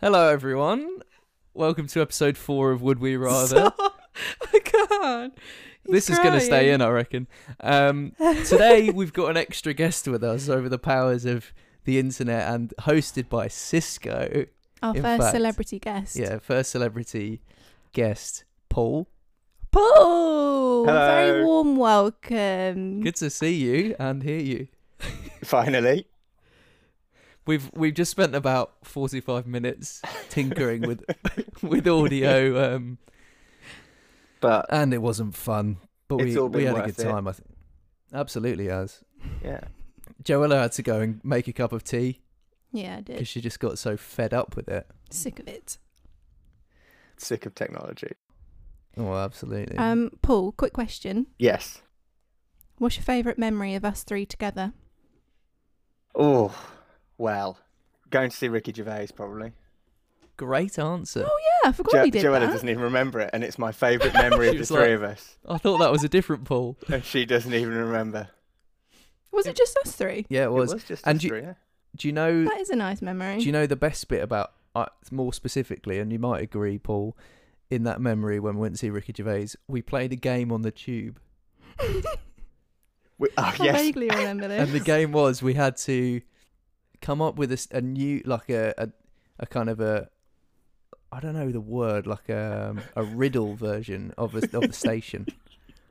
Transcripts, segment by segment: Hello, everyone. Welcome to episode four of Would We Rather. I can't. oh He's this is going to stay crying. in, I reckon. Um, today, we've got an extra guest with us over the powers of the internet and hosted by Cisco. Our in first fact, celebrity guest. Yeah, first celebrity guest, Paul. Paul! Very Hello. warm welcome. Good to see you and hear you. Finally. We've we've just spent about forty five minutes tinkering with with audio, um, But and it wasn't fun, but It's we all we been had a good worth it. time. I think absolutely has. yeah. Joella had to go and make a cup of tea Yeah, I did. because she just got so fed up with it. Sick of it. Sick of technology. Oh, absolutely. Um, Paul, quick question. Yes. What's your favourite memory of us three together? Oh well. Going to see Ricky Gervais probably. Great answer. Oh, yeah, I forgot Jo- we did Joella that. doesn't even remember it, and it's my favourite memory She of the was three like- of us. I thought that was a different Paul. And she doesn't even remember. Was it just us three? Yeah, it was. just and us you- three, yeah. Do you know? That is a nice memory. Do you know the best bit about uh, more specifically, and you might agree, Paul, in that memory when we went to see Ricky Gervais, we played a game on the tube, We- oh I yes. vaguely remember this. and the game was we had to come up with a, s- a new like a, a a kind of a I don't know the word like a a riddle version of a of a station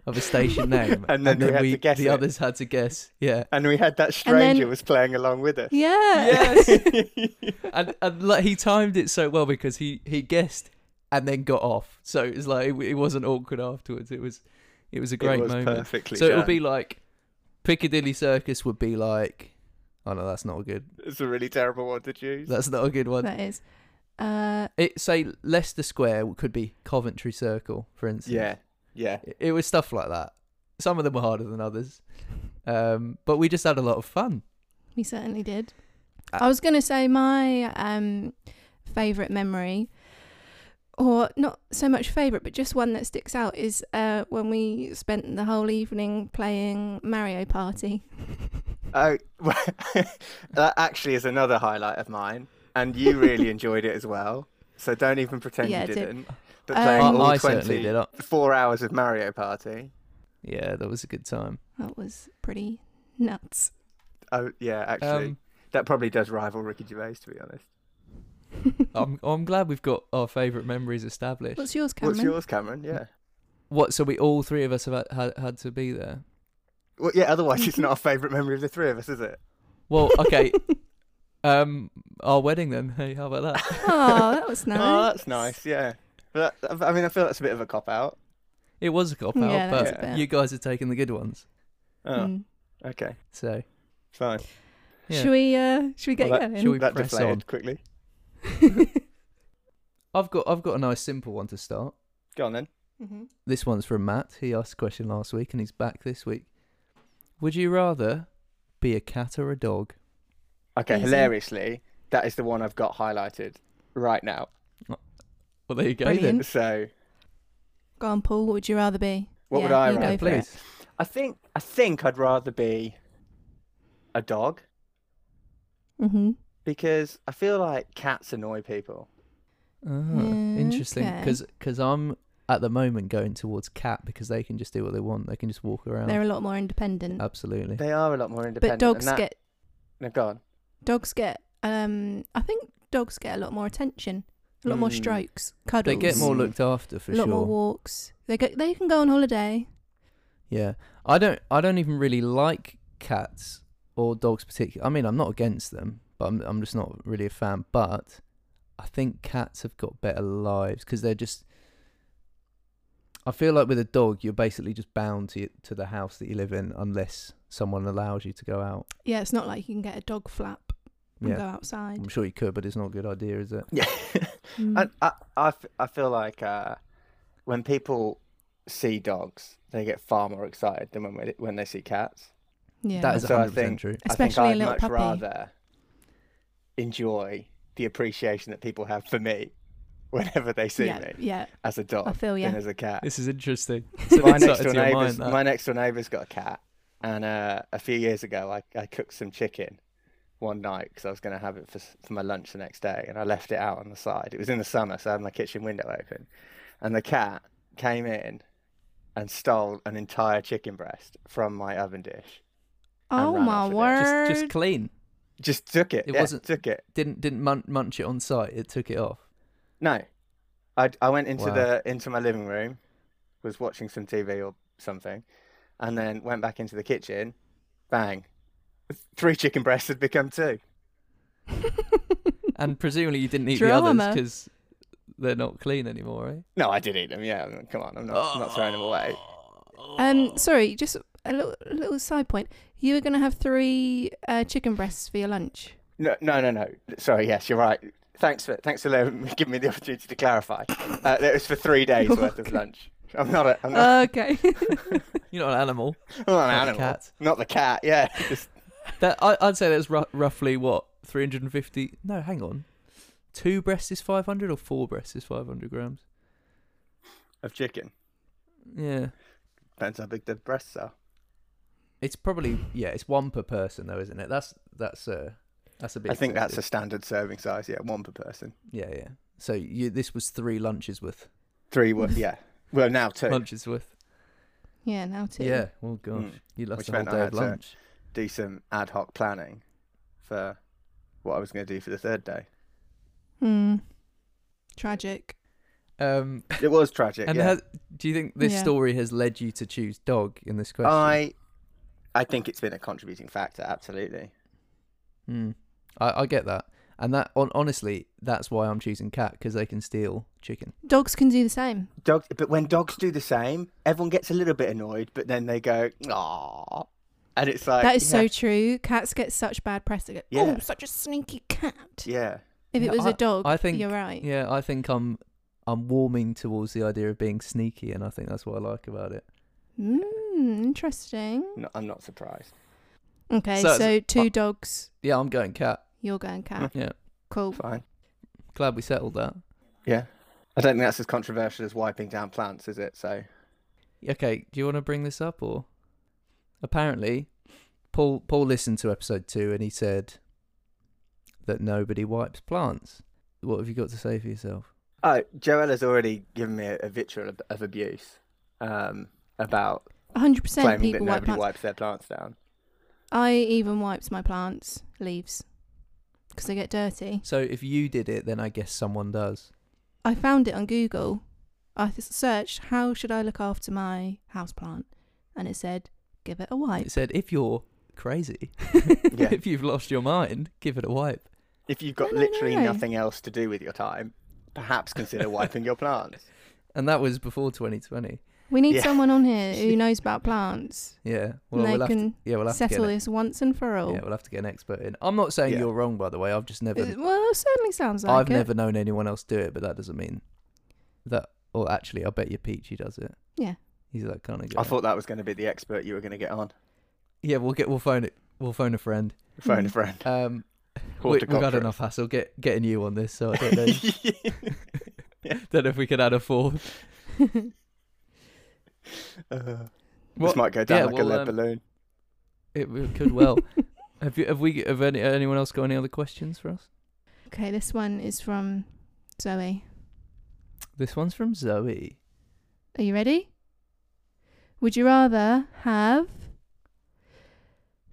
of a station name, And then we had to guess the it. others had to guess, yeah. And we had that And then- stranger was playing along with us. Yeah. and and like, he timed it so well because he he guessed and then got off. So it was like it, it wasn't awkward afterwards. It was it was a great it was moment. perfectly. So it would done. be like Piccadilly Circus would be like. Oh no, that's not a good. It's a really terrible one to choose. That's not a good one. That is. Uh, It say Leicester Square could be Coventry Circle, for instance. Yeah. Yeah. It, it was stuff like that. Some of them were harder than others, um, but we just had a lot of fun. we certainly did. Uh, I was going to say my um, favourite memory, or not so much favourite, but just one that sticks out, is uh, when we spent the whole evening playing Mario Party. Oh, that actually is another highlight of mine, and you really enjoyed it as well. So don't even pretend Yeah, I you did. didn't. But Um, playing I, all I 20, certainly did. I- four hours of Mario Party. Yeah, that was a good time. That was pretty nuts. Oh yeah, actually, Um, that probably does rival Ricky Gervais, to be honest. Oh. I'm oh, I'm glad we've got our favourite memories established. What's yours, Cameron? What's yours, Cameron? Yeah. What? So we all three of us have had, had, had to be there. Well, yeah. Otherwise, it's not a favourite memory of the three of us, is it? Well, okay. um, our wedding then. Hey, how about that? oh, that was nice. Oh, that's nice. Yeah. But that, I mean, I feel that's a bit of a cop out. It was a cop out, Yeah, that was a but bit. you guys are taking the good ones. Oh, Mm. okay, So fine. yeah. Should we? Uh, should we get Well, going? shall we that press deflated on? quickly. I've got I've got a nice simple one to start. Go on then. Mhm. This one's from Matt. He asked a question last week and he's back this week. Would you rather be a cat or a dog? Okay, Easy. hilariously, that is the one I've got highlighted right now. Well, there you go Brilliant. So, Go on, Paul. What would you rather be? What would Yeah, I you then. rather go Yeah, for it. please. I think I think I'd rather be a dog Mhm. because I feel like cats annoy people. Ah, interesting. Mm, Okay. Because I'm at the moment going towards cat because they can just do what they want. They can just walk around. They're a lot more independent, Uh, Absolutely. They are a lot more but independent. and dogs that- get No, go on. dogs get. Um, I think dogs get a lot more attention, a lot more Mm. strokes, cuddles. Hmm. They get more Mm. looked after for a lot sure. more walks. They go, they can go on holiday. Yeah, I don't. I don't even really like cats or dogs particularly. I mean, I'm not against them, but I'm I'm just not really a fan. But I think cats have got better lives because they're just. I feel like with a dog, you're basically just bound to to the house that you live in unless someone allows you to go out. Yeah, it's not like you can get a dog flap and go Yeah, Mm. outside. I'm sure you could, but it's not a good idea, is it? Yeah. Mm. I, I, I, f- I feel like uh, when people see dogs, they get far more excited than when we- when they see cats. yeah, That is So I 100 percent think- true. Especially a I think I'd little much puppy. rather enjoy the appreciation that people have for me whenever they see yeah, me yeah. as a I dog feel than yeah. as a cat. This is interesting. my next door neighbour's my next door neighbour's got a cat, and uh, a few years ago I, I cooked some chicken, one night because I was going to have it for, s- for my lunch the next day, and I left it out on the side. It was in the summer, so I had my kitchen window open, and the cat came in and stole an entire chicken breast from my oven dish. And Oh ran my off with word! Just, just clean. Just took it. It yeah, wasn't- took it. Didn't didn't mun- munch it on site. It took it off. No, I I went into Wow. the into my living room, was watching some TV or something, and then went back into the kitchen. Bang, three chicken breasts had become two. And presumably you didn't eat the Drama. others because they're not clean anymore, eh? No, I did eat them. Yeah, I'm- come on, I'm not I'm not throwing them away. um, sorry, just a little little side point. You were gonna have three uh, chicken breasts for your lunch. No, no, no, no. Sorry. Yes, you're right. Thanks for thanks for letting me- giving me the opportunity to clarify. Uh, that was for three days You're worth of lunch. I'm not a I'm not, okay. You're not an animal. I'm not not an the animal. cat. Not the cat. Yeah. Just, That I, I'd say that's ru- roughly what 350. No, hang on. Two breasts is 500 or four breasts is 500 grams. of chicken. Yeah, Depends how big the breasts are. it's probably yeah, it's one per person though, isn't it? That's that's uh that's a bit. I think that's a excessive. standard serving size. Yeah, one per person. yeah yeah. So you this was three lunches worth. Three were yeah. Well, now two. Lunches worth. yeah, now too. Yeah. Well, gosh, Mm. you lost Which a whole meant I day had of to- lunch. do some ad hoc planning for what I was going to do for the third day. Hmm. Tragic. Um, It was tragic. and yeah. has, do you think this Yeah. story has led you to choose dog in this question? I, I think it's been a contributing factor. Absolutely. Mm. I, I get that, and that on, honestly, that's why I'm choosing cat because they can steal chicken. Dogs can do the same. Dogs, but when dogs do the same, everyone gets a little bit annoyed, but then they go, "Ah," and it's like that is yeah, so true. Cats get such bad press. They go, Yeah. oh, such a sneaky cat. Yeah, If Yeah, it was I- a dog, I think- you're right. Yeah, I think I'm I'm warming towards the idea of being sneaky, and I think that's what I like about it. Mm, interesting. no, I'm not surprised. Okay, So so, it's- two uh, dogs. Yeah, I'm going cat. You're going cat. Yeah, Cool. Fine. glad we settled that. Yeah, I don't think that's as controversial as wiping down plants, is it? So Okay, do you want to bring this up or? Apparently, Paul Paul listened to episode two and he said that nobody wipes plants. What have you got to say for yourself? Oh, Joel has already given me a, a vitriol of, of abuse um, about 100% claiming that people wipe nobody plants. wipes their plants down. I even wiped my plants' leaves because they get dirty. So if you did it, then I guess someone does. I found it on Google. I s- searched, how should I look after my houseplant? And it said, give it a wipe. It said if you're crazy, Yeah. if you've lost your mind, give it a wipe. If you've got No, no, literally no. nothing else to do with your time, perhaps consider wiping your plants. And that was before 2020. We need Yeah. someone on here who knows about plants. Yeah. Well, and they we'll have to, can yeah, we'll have to get settle an- this once and for all. Yeah, we'll have to get an expert in. I'm not saying Yeah. you're wrong, by the way. I've just never, It- well, it certainly sounds like I've it. never known anyone else do it, but that doesn't mean that. Or actually, I bet you Peachy does it. Yeah. He's that kind of guy. I thought that was going to be the expert you were going to get on. Yeah, we'll get. We'll phone it. We'll phone a friend. Phone a Mm. friend. Um, we, we've had Horticulturist. enough hassle get getting you on this, so I don't know. don't know if we could add a fourth. Uh, What- this might go down yeah, like well, a lead um, balloon. It, it could well. have you? Have we? Have any, anyone else got any other questions for us? Okay, this one is from Zoe. This one's from Zoe. Are you ready? Would you rather have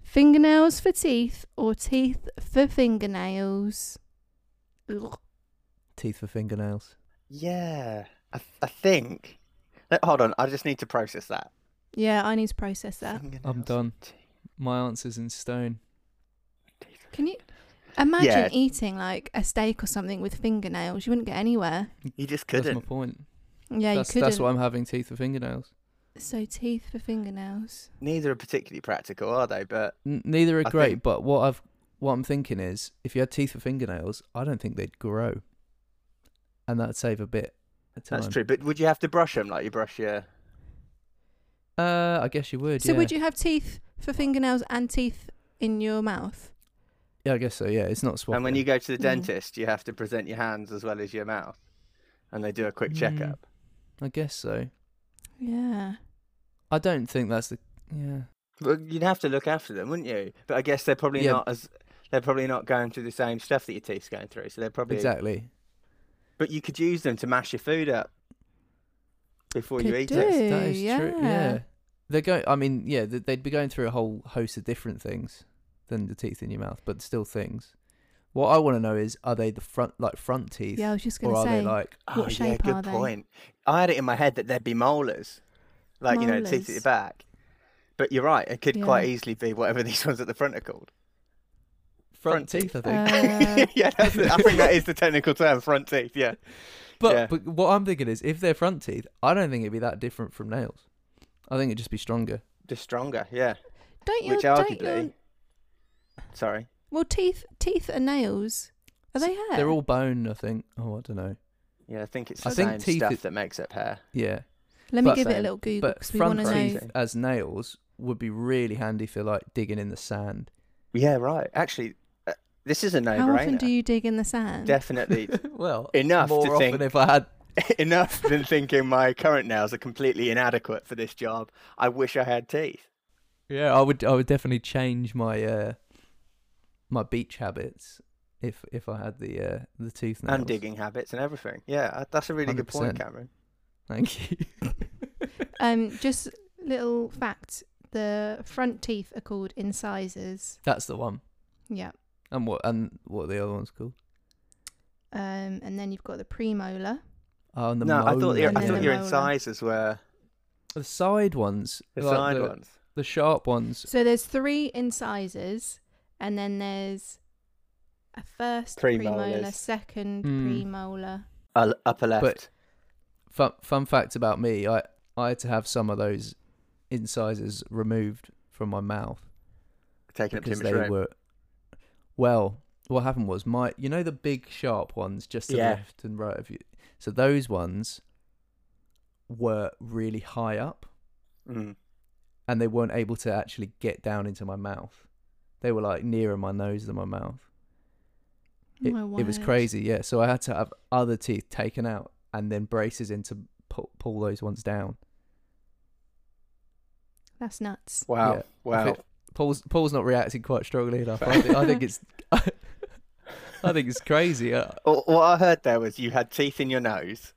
fingernails for teeth or teeth for fingernails? Ugh. Teeth for fingernails. Yeah, I, I think. Let- hold on, I just need to process that. Yeah, I need to process that. I'm Fingernails, done. teeth, My answer's in stone. teeth. Can you imagine Yeah. eating like a steak or something with fingernails? You wouldn't get anywhere. You just That's my couldn't. point. Yeah, that's, you couldn't. that's why I'm having teeth for fingernails. So teeth for fingernails. Neither are particularly practical, are they? But N- neither are I great, think- but what I've what I'm thinking is if you had teeth for fingernails, I don't think they'd grow. And that'd save a bit of time. that's true. But would you have to brush them like you brush your? Uh I guess you would. So yeah. would you have teeth for fingernails and teeth in your mouth? Yeah, I guess so, yeah. It's not swapping. And when you go to the Mm. dentist, you have to present your hands as well as your mouth, and they do a quick Mm. checkup. I guess so. Yeah. I don't think that's the yeah. Well, you'd have to look after them, wouldn't you? But I guess they're probably Yeah. not as they're probably not going through the same stuff that your teeth's going through. So they're probably. Exactly. But you could use them to mash your food up before you Could eat do. it. That is true. Uh, yeah. Yeah. They're going. I mean, yeah, th- they'd be going through a whole host of different things than the teeth in your mouth, but still things. What I want to know is, are they the front like front teeth, Yeah, I was just or gonna are say. they like? What oh, yeah, shape good are they? point. I had it in my head that there'd be molars, like you know, teeth at your Molars. back. But you're right; it could quite Yeah. easily be whatever these ones at the front are called. Front front teeth, I think. uh, yeah, that's it. I think that is the technical term, front teeth. Yeah, but yeah. but what I'm thinking is, if they're front teeth, I don't think it'd be that different from nails. I think it'd just be stronger. just stronger. Yeah, don't you? which Don't arguably, you? sorry, Well, teeth, teeth and nails. Are they hair? They're all bone, I think. Oh, I don't know. yeah, I think it's the I think same teeth stuff is- that makes up hair. Yeah, Let me but- give it a same. little Google but because we want front to front know. teeth as nails would be really handy for like digging in the sand. Yeah, right. Actually, uh, this is a How often no-brainer. do you dig in the sand? Definitely well, Enough to more often think- if I had. enough than thinking my current nails are completely inadequate for this job. I wish I had teeth. Yeah, I would. I would definitely change my uh, my beach habits if if I had the uh, the tooth nails. and digging habits and everything. Yeah, uh, that's a really good point, 100%. Cameron. Thank you. Um, just little fact: the front teeth are called incisors. That's the one. Yeah. And what and what are the other ones called? Um, and then you've got the premolar. Oh, and the no, I thought molar. your, And I then thought the your molar. incisors were the side ones, the like side the, ones. the sharp ones. So there's three incisors, and then there's a first Premolars. premolar, second Mm. premolar. Uh, upper left. Fun fun fact about me: I I had to have some of those incisors removed from my mouth taking up too because much they room. were. Well, what happened was my, you know, the big sharp ones just to the Yeah. left and right of you. So those ones were really high up, Mm. and they weren't able to actually get down into my mouth. They were like nearer my nose than my mouth. Oh It, my it was word. crazy, yeah. So I had to have other teeth taken out and then braces in to pull, pull those ones down. That's nuts. Wow. Yeah. I Wow. think Paul's Paul's not reacting quite strongly enough. I think, I think it's, I think it's crazy. Uh, All- What I heard there was you had teeth in your nose,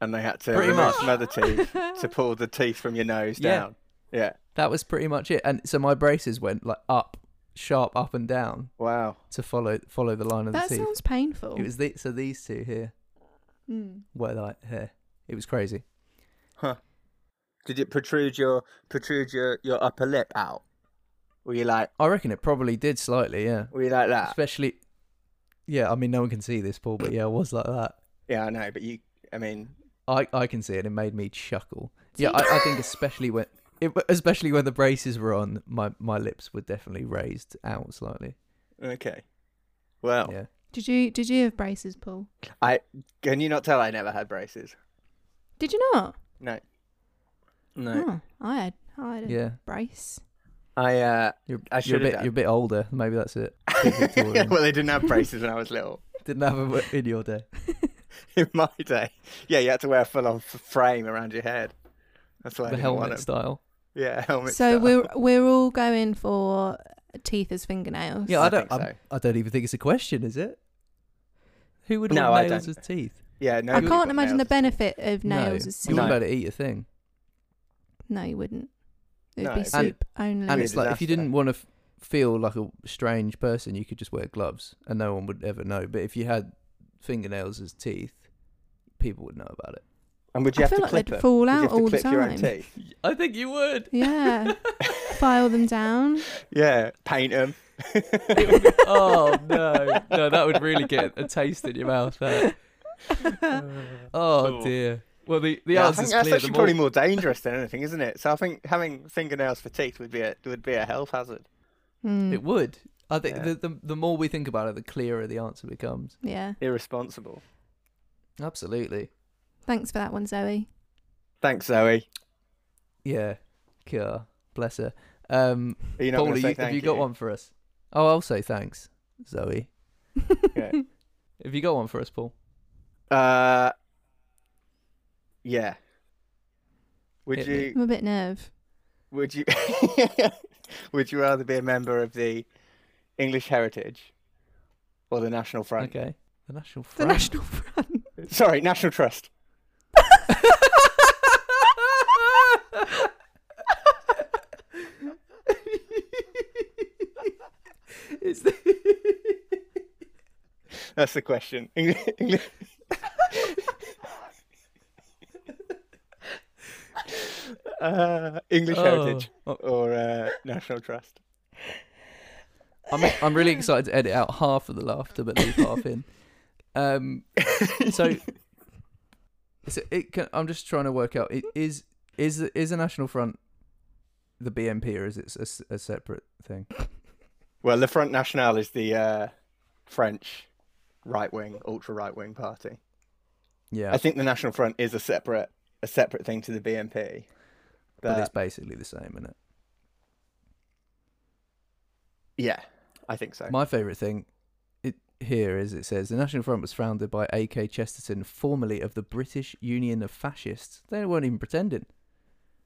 and they had to Pretty remove much. some other teeth to pull the teeth from your nose Yeah. down. Yeah. That was pretty much it. And so my braces went like up, sharp up and down Wow. to follow follow the line of that the teeth. sounds painful. It was the, so these two here Mm. were like here. It was crazy. Did it protrude your protrude your, your upper lip out? Were you like I reckon it probably did slightly, yeah. were you like that? Especially, yeah. I mean, no one can see this, Paul, but yeah, I was like that. Yeah, I know, but you I mean I I can see it. It made me chuckle. Yeah, I, I think especially when. It, especially when the braces were on, my, my lips were definitely raised out slightly. okay. Well Yeah, Did you did you have braces, Paul? I can you not tell I never had braces? Did you not? No. No. Oh, I had I had a yeah. brace. I uh You're, I you're a should bit have you're a bit older. Maybe that's it. Bit Victorian. well they didn't have braces when I was little. Didn't have it in your day. in my day. Yeah, you had to wear a full on frame around your head. That's why I the didn't want helmet 'em. style. Yeah, helmet. So style. we're we're all going for teeth as fingernails. Yeah, I I don't. think I'm- so. I don't even think it's a question, is it? Who would No, want I nails don't. as teeth? yeah. No, I you've can't got imagine the nails. benefit of No, nails as you soup. wouldn't No. be able to eat a thing. No, you wouldn't. It would No, be it'd be- And- soup only. And be a it's like if you disaster. didn't want to f- feel like a strange person, you could just wear gloves, and no one would ever know. But if you had fingernails as teeth, people would know about it. And would you I have feel to like clip they'd them? fall Would you out have to all the clip your own time. teeth? I think you would. Yeah, file them down. Yeah, paint them. oh no, no, that would really get a taste in your mouth. that. Oh Cool. dear. Well, the the Yeah, I think answer's that's clear. actually The probably more, more dangerous than anything, isn't it? So I think having fingernails for teeth would be a would be a health hazard. Mm, it would. I think Yeah. the, the the more we think about it, the clearer the answer becomes. yeah. Irresponsible. Absolutely. Thanks for that one, Zoe. Thanks, Zoe. Yeah. Kia. Bless her. Um, Are you not Paul, gonna are say you, have thank you got one for us? Oh, I'll say thanks, Zoe. Okay. Have you got one for us, Paul? Uh, yeah. Would Hit me. you I'm a bit nerve. Would you would you rather be a member of the English Heritage or the National Front. Okay. The National Front. The National Front. Sorry, National Trust. it's the That's the question. Eng- Eng- uh, English Heritage Oh. or uh, National Trust. I'm I'm really excited to edit out half of the laughter but leave half in. Um, so, so it can, I'm just trying to work out i- is is is the National Front the BNP or is it s- a, a separate thing? Well, the Front National is the uh, French right wing, ultra right wing party. Yeah, I think the National Front is a separate a separate thing to the BNP. but But it's basically the same, isn't it? yeah, I think so. My favourite thing it, here is it says the National Front was founded by A.K. Chesterton, formerly of the British Union of Fascists. They weren't even pretending.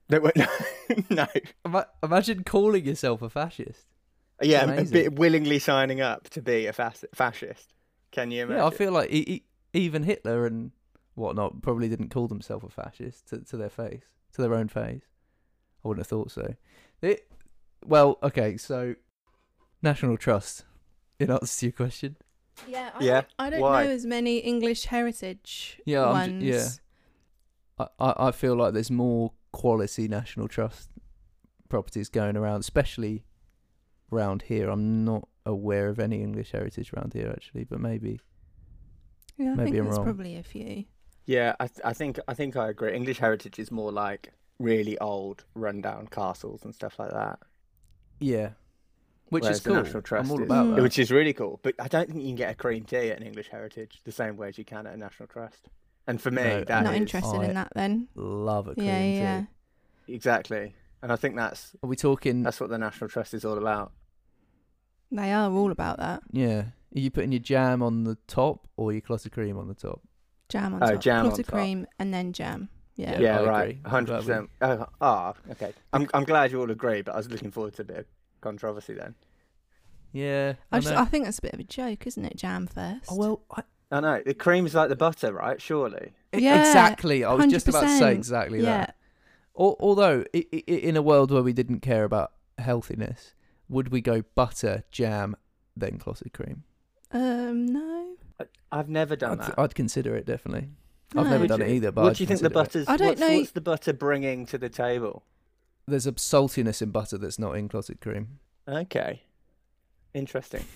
There were- no, Ima- Imagine calling yourself a fascist. yeah, a amazing. bit willingly signing up to be a fas- fascist. Can you imagine? Yeah, I feel like e- e- even Hitler and whatnot probably didn't call themselves a fascist to, to their face, to their own face. I wouldn't have thought so. It, well, okay, so National Trust. In answer to your question, Yeah. I Yeah, don't- I don't don't why? know know as many English heritage Yeah, I'm ones. ju- yeah. ones. I, I, I feel like there's more quality National Trust properties going around, especially round here. I'm not aware of any English heritage round here actually, but maybe I Maybe think I'm there's wrong. probably a few. Yeah, I, th- I think I think I agree. English heritage is more like really old, rundown castles and stuff like that, yeah, which Whereas is the cool. National Trust I'm all is- about Mm. that. which is really cool. But I don't think you can get a cream tea at an English heritage the same way as you can at a National Trust. And for me, No, that is Not interested I- in that then. Love a cream Yeah, tea. yeah. exactly, and I think that's Are we talking? that's what the National Trust is all about. They are all about that. Yeah. Are you putting your jam on the top or your clotted cream on the top? Jam on Oh, top. jam on clotted top. cream and then jam. Yeah. Yeah. Yeah, I right, agree. hundred I'm glad percent. Oh, ah, okay. I'm I'm glad you all agree, but I was looking forward to a bit of controversy then. Yeah. I, just, know. I think that's a bit of a joke, isn't it? Jam first. oh, well, I, I know the cream's like the butter, right? Surely. e- Yeah, exactly. I was just about to say 100%. exactly yeah. that. Al- although, i- i- i- in a world where we didn't care about healthiness, would we go butter, jam, then clotted cream? Um. No. I- I've never done I'd, that. I'd consider it definitely. no. I've never Would done it you? either, but what I'd do you think the consider it. butter's? I don't what's, know- What's the butter bringing to the table? There's a saltiness in butter that's not in clotted cream. Okay, interesting.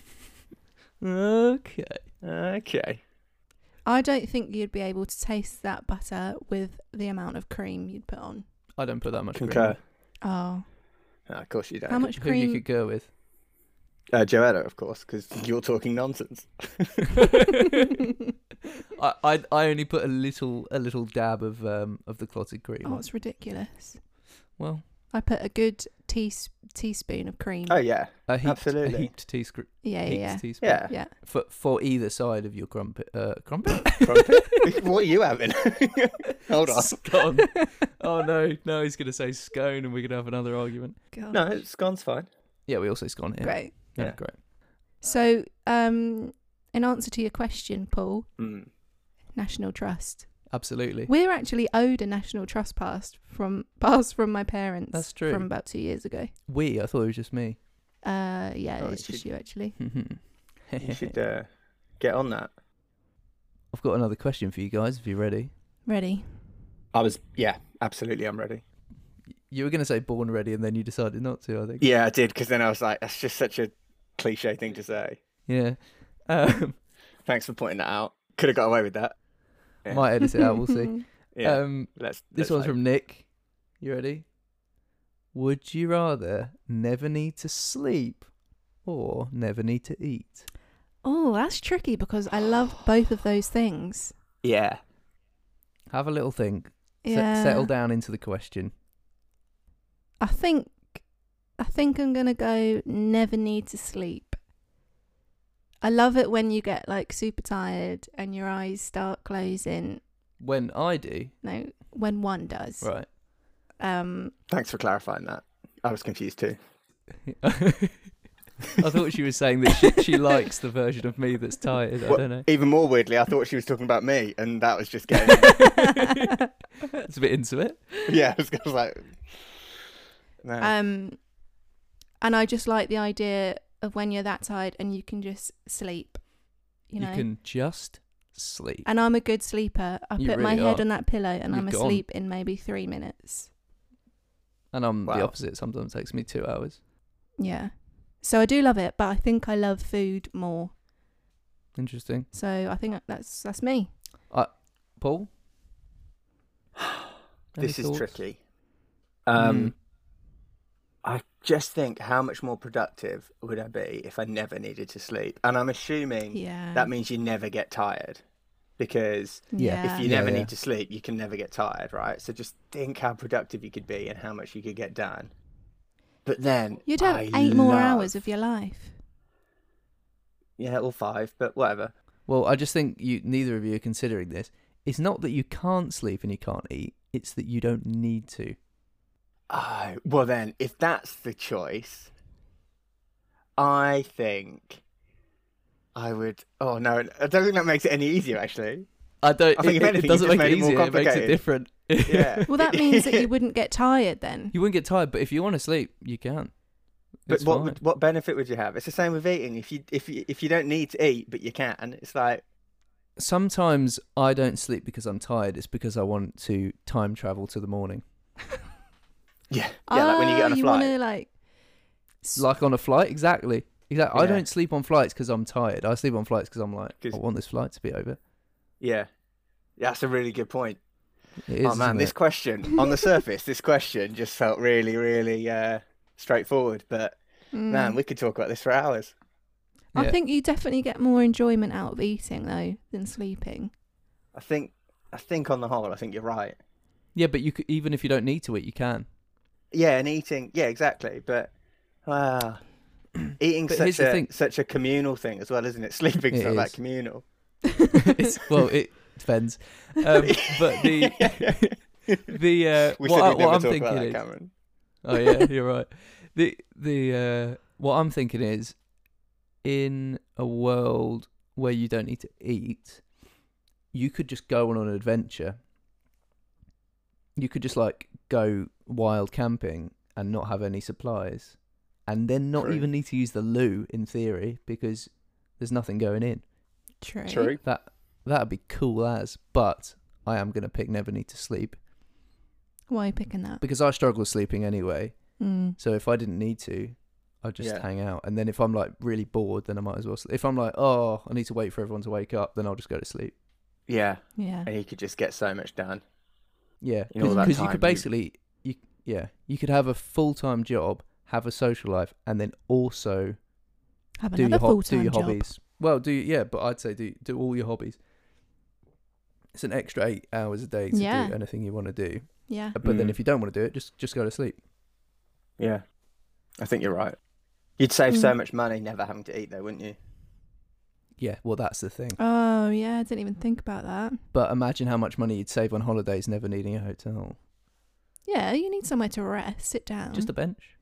Okay. Okay, I don't think you'd be able to taste that butter with the amount of cream you'd put on. I don't put that much concur. cream. Oh, No, Ah, of course you how don't. much Who you cream? could go with? Uh, Joanna, of course, because you're talking nonsense. I, I I only put a little a little dab of um of the clotted cream. Oh, on. it's ridiculous. Well, I put a good teas teaspoon of cream. Oh yeah, a heaped, Absolutely. a heaped teaspoon. yeah, yeah, yeah. heaped teaspoon. yeah. Yeah. For for either side of your crumpet. Uh, crumpet. Crumpet? what are you having? Hold on. Scone. oh no, no, he's gonna say scone, and we're gonna have another argument. God. No, scone's fine. Yeah, we also scone here. Great. Yeah, Yeah. great. So, um, in answer to your question, Paul, Mm. National Trust. Absolutely. We're actually owed a National Trust pass from pass from my parents. That's true. From about two years ago. We. I thought it was just me. Uh, yeah, Oh, it's you just should- you actually. You should uh, get on that. I've got another question for you guys. If you're ready, Ready? I was, yeah, absolutely. I'm ready. you were gonna say born ready, and then you decided not to. I think. Yeah, I did because then I was like, that's just such a cliche thing to say. Yeah. Um, Thanks for pointing that out. Could have got away with that. Yeah. Might edit it out. We'll see. Yeah, Uh, Um, let's. This let's one's hope. from Nick. You ready? Would you rather never need to sleep or never need to eat? Oh, that's tricky because I love both of those things. Yeah. Have a little think. Se- Yeah. settle down into the question. I think I think I'm gonna go never need to sleep. I love it when you get like super tired and your eyes start closing. When I do, No, when one does. right. Um Thanks for clarifying that. I was confused too. I thought she was saying that she, she likes the version of me that's tired. I Well, don't know. Even more weirdly, I thought she was talking about me, and that was just getting. It's a bit intimate. yeah, I was, I was like. No. um, and I just like the idea of when you're that tired and you can just sleep. You You, know. can just sleep. And I'm a good sleeper. I You put my really head are. on that pillow and You're I'm gone. asleep in maybe three minutes. And I'm Wow. the opposite. Sometimes it takes me two hours. Yeah. So I do love it, but I think I love food more. Interesting. So I think that's that's me. Paul? Any this is thoughts? tricky. Um, Mm. Hmm. I just think how much more productive would I be if I never needed to sleep? And I'm assuming Yeah. that means you never get tired because Yeah, if you Yeah, never yeah. need to sleep, you can never get tired, right? So just think how productive you could be and how much you could get done. But then You'd have I eight more love- hours of your life. yeah, or five, but whatever. Well, I just think you neither of you are considering this. It's not that you can't sleep and you can't eat. It's that you don't need to. Oh, well then, if that's the choice, I think I would. Oh no, I don't think that makes it any easier. Actually, I don't. I it, think it if anything, you doesn't just make it made it easier. more It makes it complicated. different. Yeah. Well, that means that you wouldn't get tired then. you wouldn't get tired, but if you want to sleep, you can. but It's what fine. would- what benefit would you have? It's the same with eating. If you if you if you don't need to eat but you can, it's like Sometimes I don't sleep because I'm tired. It's because I want to time travel to the morning, yeah, yeah, like when you get on Oh, a you flight. want to like. s- like on a flight. Exactly. Exactly. I Yeah. don't sleep on flights because I'm tired. I sleep on flights because I'm like, 'Cause- I want this flight to be over. Yeah, yeah, that's a really good point. It is, oh man, isn't this it? question on the surface, this question just felt really really uh, straightforward. But Mm. man, we could talk about this for hours. I Yeah. think you definitely get more enjoyment out of eating though than sleeping. I think I think on the whole, I think you're right. Yeah, but you could, even if you don't need to eat, you can. Yeah, and eating. Yeah, exactly. But wow, eating But here's such the a thing- such a communal thing as well, isn't it? Sleeping's It not is. that communal. It's- well, it depends. Um, but the the uh, we what, I, said we'd never what I'm talk thinking about that, is, Cameron. oh yeah, you're right. The the uh, what I'm thinking is, in a world where you don't need to eat, you could just go on an adventure. You could just like go wild camping and not have any supplies, and then not True. even need to use the loo in theory because there's nothing going in. True. True. That that'd be cool as, but I am gonna pick never need to sleep Why are you picking that? because I struggle with sleeping anyway. Mm. So if I didn't need to, I'd just Yeah. hang out. And then if I'm like really bored, then I might as well. Sleep. If I'm like, oh, I need to wait for everyone to wake up, then I'll just go to sleep. Yeah, Yeah. and you could just get so much done. Yeah, You know, all that because you time you- could basically, you yeah, you could have a full time job, have a social life, and then also Have do your another ho- full do time your job. hobbies. Well, do yeah, but I'd say do do all your hobbies. It's an extra eight hours a day to Yeah. do anything you want to do. Yeah. But then Mm. if you don't want to do it, just just go to sleep. Yeah, I think you're right. You'd save so Mm. much money never having to eat, though, wouldn't you? Yeah, well that's the thing. Oh yeah, I didn't even think about that. But imagine how much money you'd save on holidays never needing a hotel. Yeah, you need somewhere to rest, sit down. Just a bench.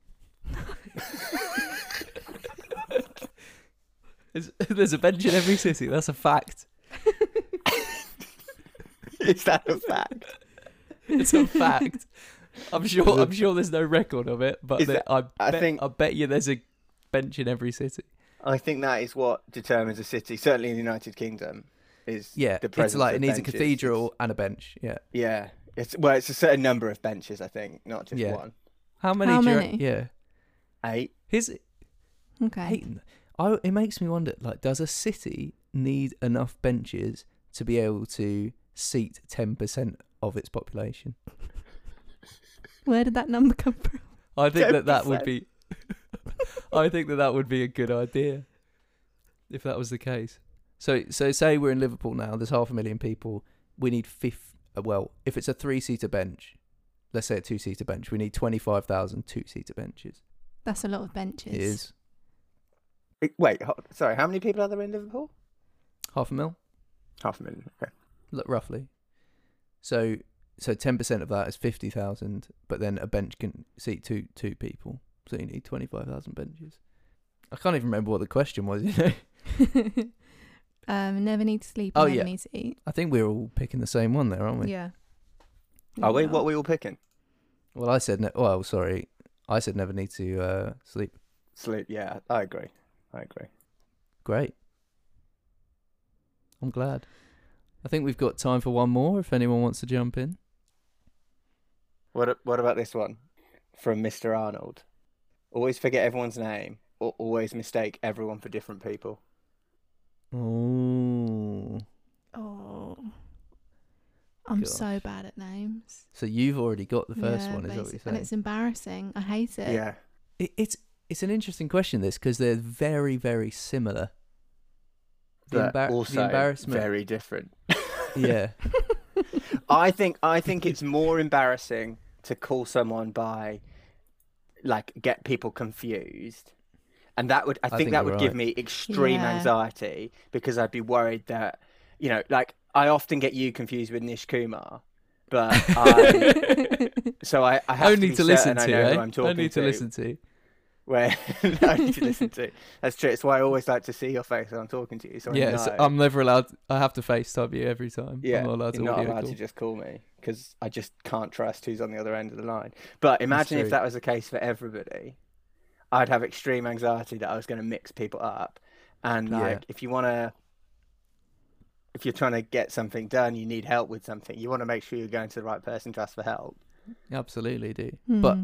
There's- There's a bench in every city. That's a fact. Is that a fact? It's a fact. I'm sure. I'm sure there's no record of it, but Is there- that- I, bet, I I, think- bet you there's a bench in every city. I think that is what determines a city. Certainly in the United Kingdom, is Yeah, the presence it's like of it needs a benches. cathedral and a bench. Yeah. Yeah, it's well, it's a certain number of benches, I think, not just Yeah. one. How many? How do you- many? yeah. Eight. Here's okay. Peyton, I, it makes me wonder. Like, does a city need enough benches to be able to seat ten percent of its population? Where did that number come from? I think that that would be. I think that that would be a good idea, if that was the case. So, so say we're in Liverpool now. There's half a million people. We need fifth. Well, if it's a three-seater bench, let's say a two-seater bench, we need 25,000 two-seater benches. That's a lot of benches. It is Wait, ho- sorry. How many people are there in Liverpool? half a mil, Half a million. Okay. l- roughly. So, so 10% of that is 50,000, but then a bench can seat two two people. So you need 25,000 benches. I can't even remember what the question was. You know, um, never need to sleep. Oh, never yeah. need to eat. I think we were all picking the same one there, aren't we? Yeah. Are Oh, we? Yeah. What are we all picking? Well, I said no. Well, sorry, I said never need to uh, sleep. Sleep. Yeah, I agree. I agree. Great. I'm glad. I think we've got time for one more. If anyone wants to jump in, What a- What about this one from Mr. Arnold? Always forget everyone's name, or always mistake everyone for different people. oh, Oh. I'm Gosh. so bad at names. so you've already got the first Yeah, one, is that what basic- you're And saying? it's embarrassing. I hate it. Yeah. It, it's it's an interesting question this because they're very very similar. The, but embar- also the embarrassment. very different. yeah. I think I think it's more embarrassing to call someone by like get people confused. And that would I think, think that you're would give right. me extreme Yeah. anxiety because I'd be worried that you know, like I often get you confused with Nish Kumar, but I, so I, I have Only be to listen certain I to. know Eh? who I'm talking Only to listen to. Where I need to listen to. That's true. It's why I always like to see your face when I'm talking to you. So I Yeah, so know. I'm never allowed. I have to FaceTime you every time. I'm not allowed to you're not audio allowed call. to just call me because I just can't trust who's on the other end of the line. But imagine true. if that was the case for everybody, I'd have extreme anxiety that I was going to mix people up. And Yeah. like, if you want to, if you're trying to get something done, you need help with something. You want to make sure you're going to the right person to ask for help. Absolutely do. Hmm. But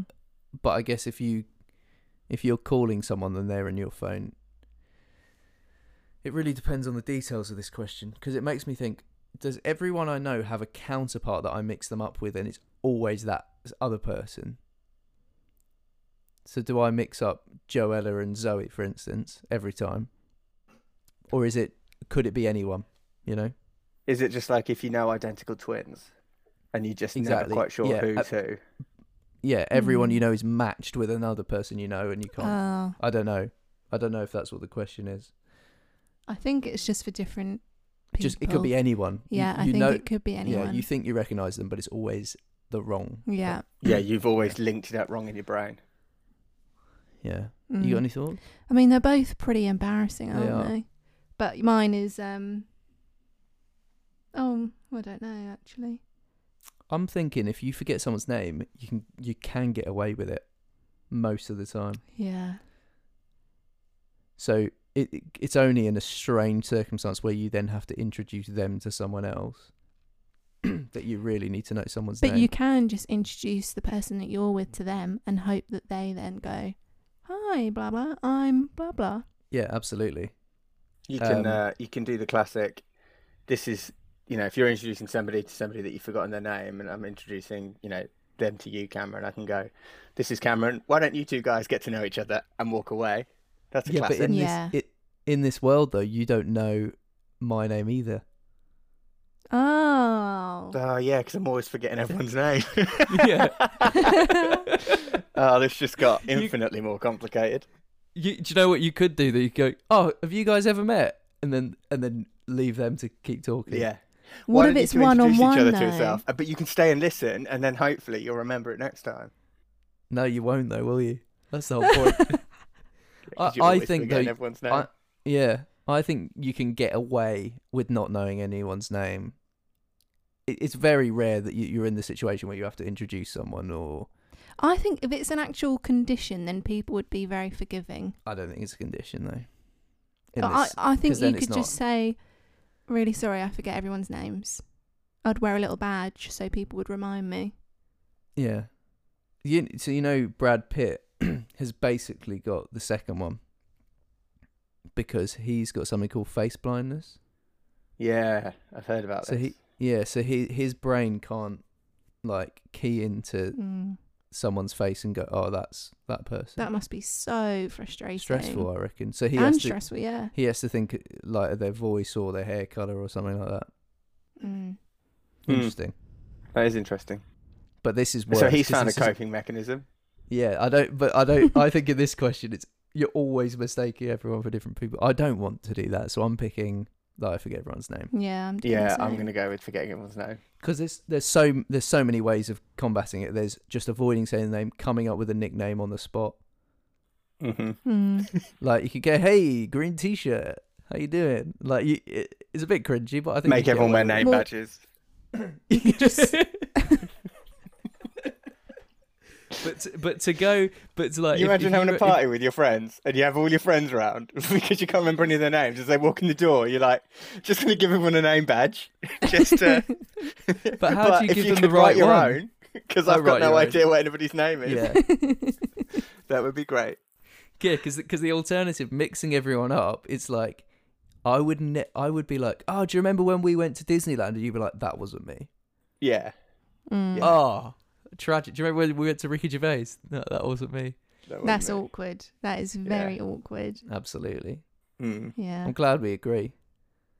but I guess if you if you're calling someone and they're in your phone, it really depends on the details of this question because it makes me think: Does everyone I know have a counterpart that I mix them up with, and it's always that other person? So do I mix up Joella and Zoe, for instance, every time, or is it could it be anyone? You know, Is it just like if you know identical twins and you're just never Exactly. quite sure Yeah, uh, who's who? yeah, everyone Mm. you know is matched with another person you know, and you can't. Oh, I don't know. I don't know if that's what the question is. I think it's just for different people. Just it could be anyone. You- Yeah, I you think know- it could be anyone. Yeah, you think you recognise them, but it's always the wrong. Yeah. Yeah, you've always linked it up wrong in your brain. Yeah. You Mm. got any thoughts? I mean, they're both pretty embarrassing, aren't They they? are. But mine is um. Oh, I don't know actually. I'm thinking if you forget someone's name, you can you can get away with it most of the time. Yeah. So it it- it's only in a strange circumstance where you then have to introduce them to someone else that you really need to know someone's But name. you can just introduce the person that you're with to them and hope that they then go, "Hi, blah blah, I'm blah blah." yeah, absolutely. You can Um, uh, you can do the classic. This is you know if you're introducing somebody to somebody that you've forgotten their name, and I'm introducing you know them to you, Cameron. I can go. This is Cameron. Why don't you two guys get to know each other and walk away? That's a yeah, classic. but in Yeah. this it, in this world though, you don't know my name either. Oh. Oh yeah, because I'm always forgetting everyone's name. Yeah. oh, this just got You- infinitely more complicated. You, do you know what you could do? That you go, oh, have you guys ever met? And then and then leave them to keep talking. Yeah. Why what if don't you it's two introduce one on one each other though? to yourself? Uh, But you can stay and listen, and then hopefully you'll remember it next time. No, you won't though, will you? That's the whole point. 'Cause I- you're I always think, though, forgetting everyone's name. I- yeah, I think you can get away with not knowing anyone's name. It, it's very rare that you, you're in the situation where you have to introduce someone, or I think if it's an actual condition, then people would be very forgiving. I don't think it's a condition though. In I, this- I 'cause think then you it's could just say, really sorry, I forget everyone's names. I'd wear a little badge so people would remind me. yeah. You, so you know, Brad Pitt has basically got the second one because he's got something called face blindness. Yeah, I've heard about So this. he, yeah, so he his brain can't like key into Mm. someone's face and go, oh, that's that person. That must be so frustrating. stressful, I reckon. So he and has to stressful, yeah. he has to think like of their voice or their hair color or something like that. Mm. Hmm. Interesting. That is interesting. But this is worse. so he's 'cause found a this is- coping mechanism. Yeah, I don't. But I don't. I think in this question, it's you're always mistaking everyone for different people. I don't want to do that, so I'm picking. That I forget everyone's name Yeah, I'm doing Yeah, the I'm same. gonna go with forgetting everyone's name. because there's there's so there's so many ways of combating it. There's just avoiding saying the name, coming up with a nickname on the spot. Mm-hmm. Hmm. Like you could go, "Hey, green t-shirt, how you doing?" Like you, it, it's a bit cringy, but I think Make you get everyone away wear with it. name More- badges. You could just But to, but to go, but to like, you if- imagine if having were- a if- party with your friends and you have all your friends around because you can't remember any of their names as they walk in the door. You're like, just going to give everyone a name badge. just to... But how do you if give you them the could right write your one? own? Because Oh, I've got write no your own. idea what anybody's name is. yeah, Hmm. That would be great. yeah, because the alternative mixing everyone up, it's like I would ne- I would be like, oh, do you remember when we went to Disneyland? And you'd be like, that wasn't me. Yeah, Hmm. Yeah. Oh, tragic. Do you remember when we went to Ricky Gervais? No, that wasn't me. that would That's be- awkward. That is very awkward. Absolutely. Mm. Yeah. I'm glad we agree.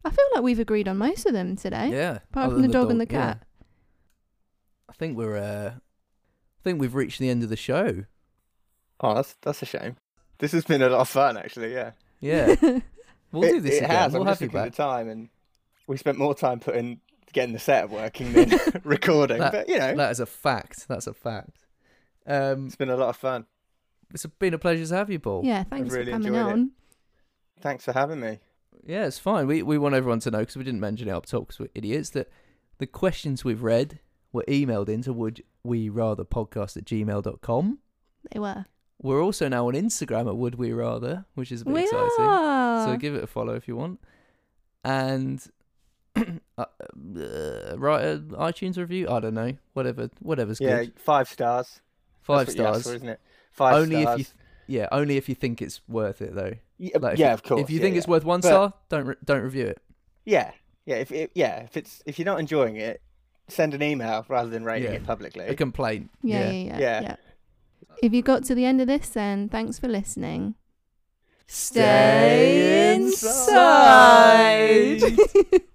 I feel like we've agreed on most of them today. Yeah. Eh? Other Apart from the than dog and the yeah. cat. I think we're. Uh, I think we've reached the end of the show. Oh, that's that's a shame. This has been a lot of fun, actually. Yeah, Yeah, we'll it, do this it again. has. We'll I'm have just you looking at back. the time, and we spent more time putting getting the setup working than recording. That- but you know, That is a fact. That's a fact. Um, it's been a lot of fun. it's been a pleasure to have you, Paul. Yeah, thanks really for coming enjoyed it. on. Thanks for having me. Yeah, it's fine. We we want everyone to know because we didn't mention it up top because we're idiots that the questions we've read were emailed into would we rather podcast at gmail.com. They were. We're also now on Instagram at would we rather, which is a bit We exciting. are. So give it a follow if you want. And uh, uh, write an iTunes review. I don't know. Whatever. Whatever's Yeah, good. five stars. Five That's what you asked stars. for, isn't it? Five Only if stars. you. Yeah, only if you think it's worth it though. Yeah, Like, if Uh, yeah, you- of course. If you yeah, think yeah. it's worth one But- star, don't re- don't review it. yeah, yeah, if it, yeah, if it's if you're not enjoying it, send an email rather than rating Yeah. it publicly. A complaint. yeah, yeah, yeah, Yeah. yeah. If you got to the end of this, then thanks for listening. Stay inside.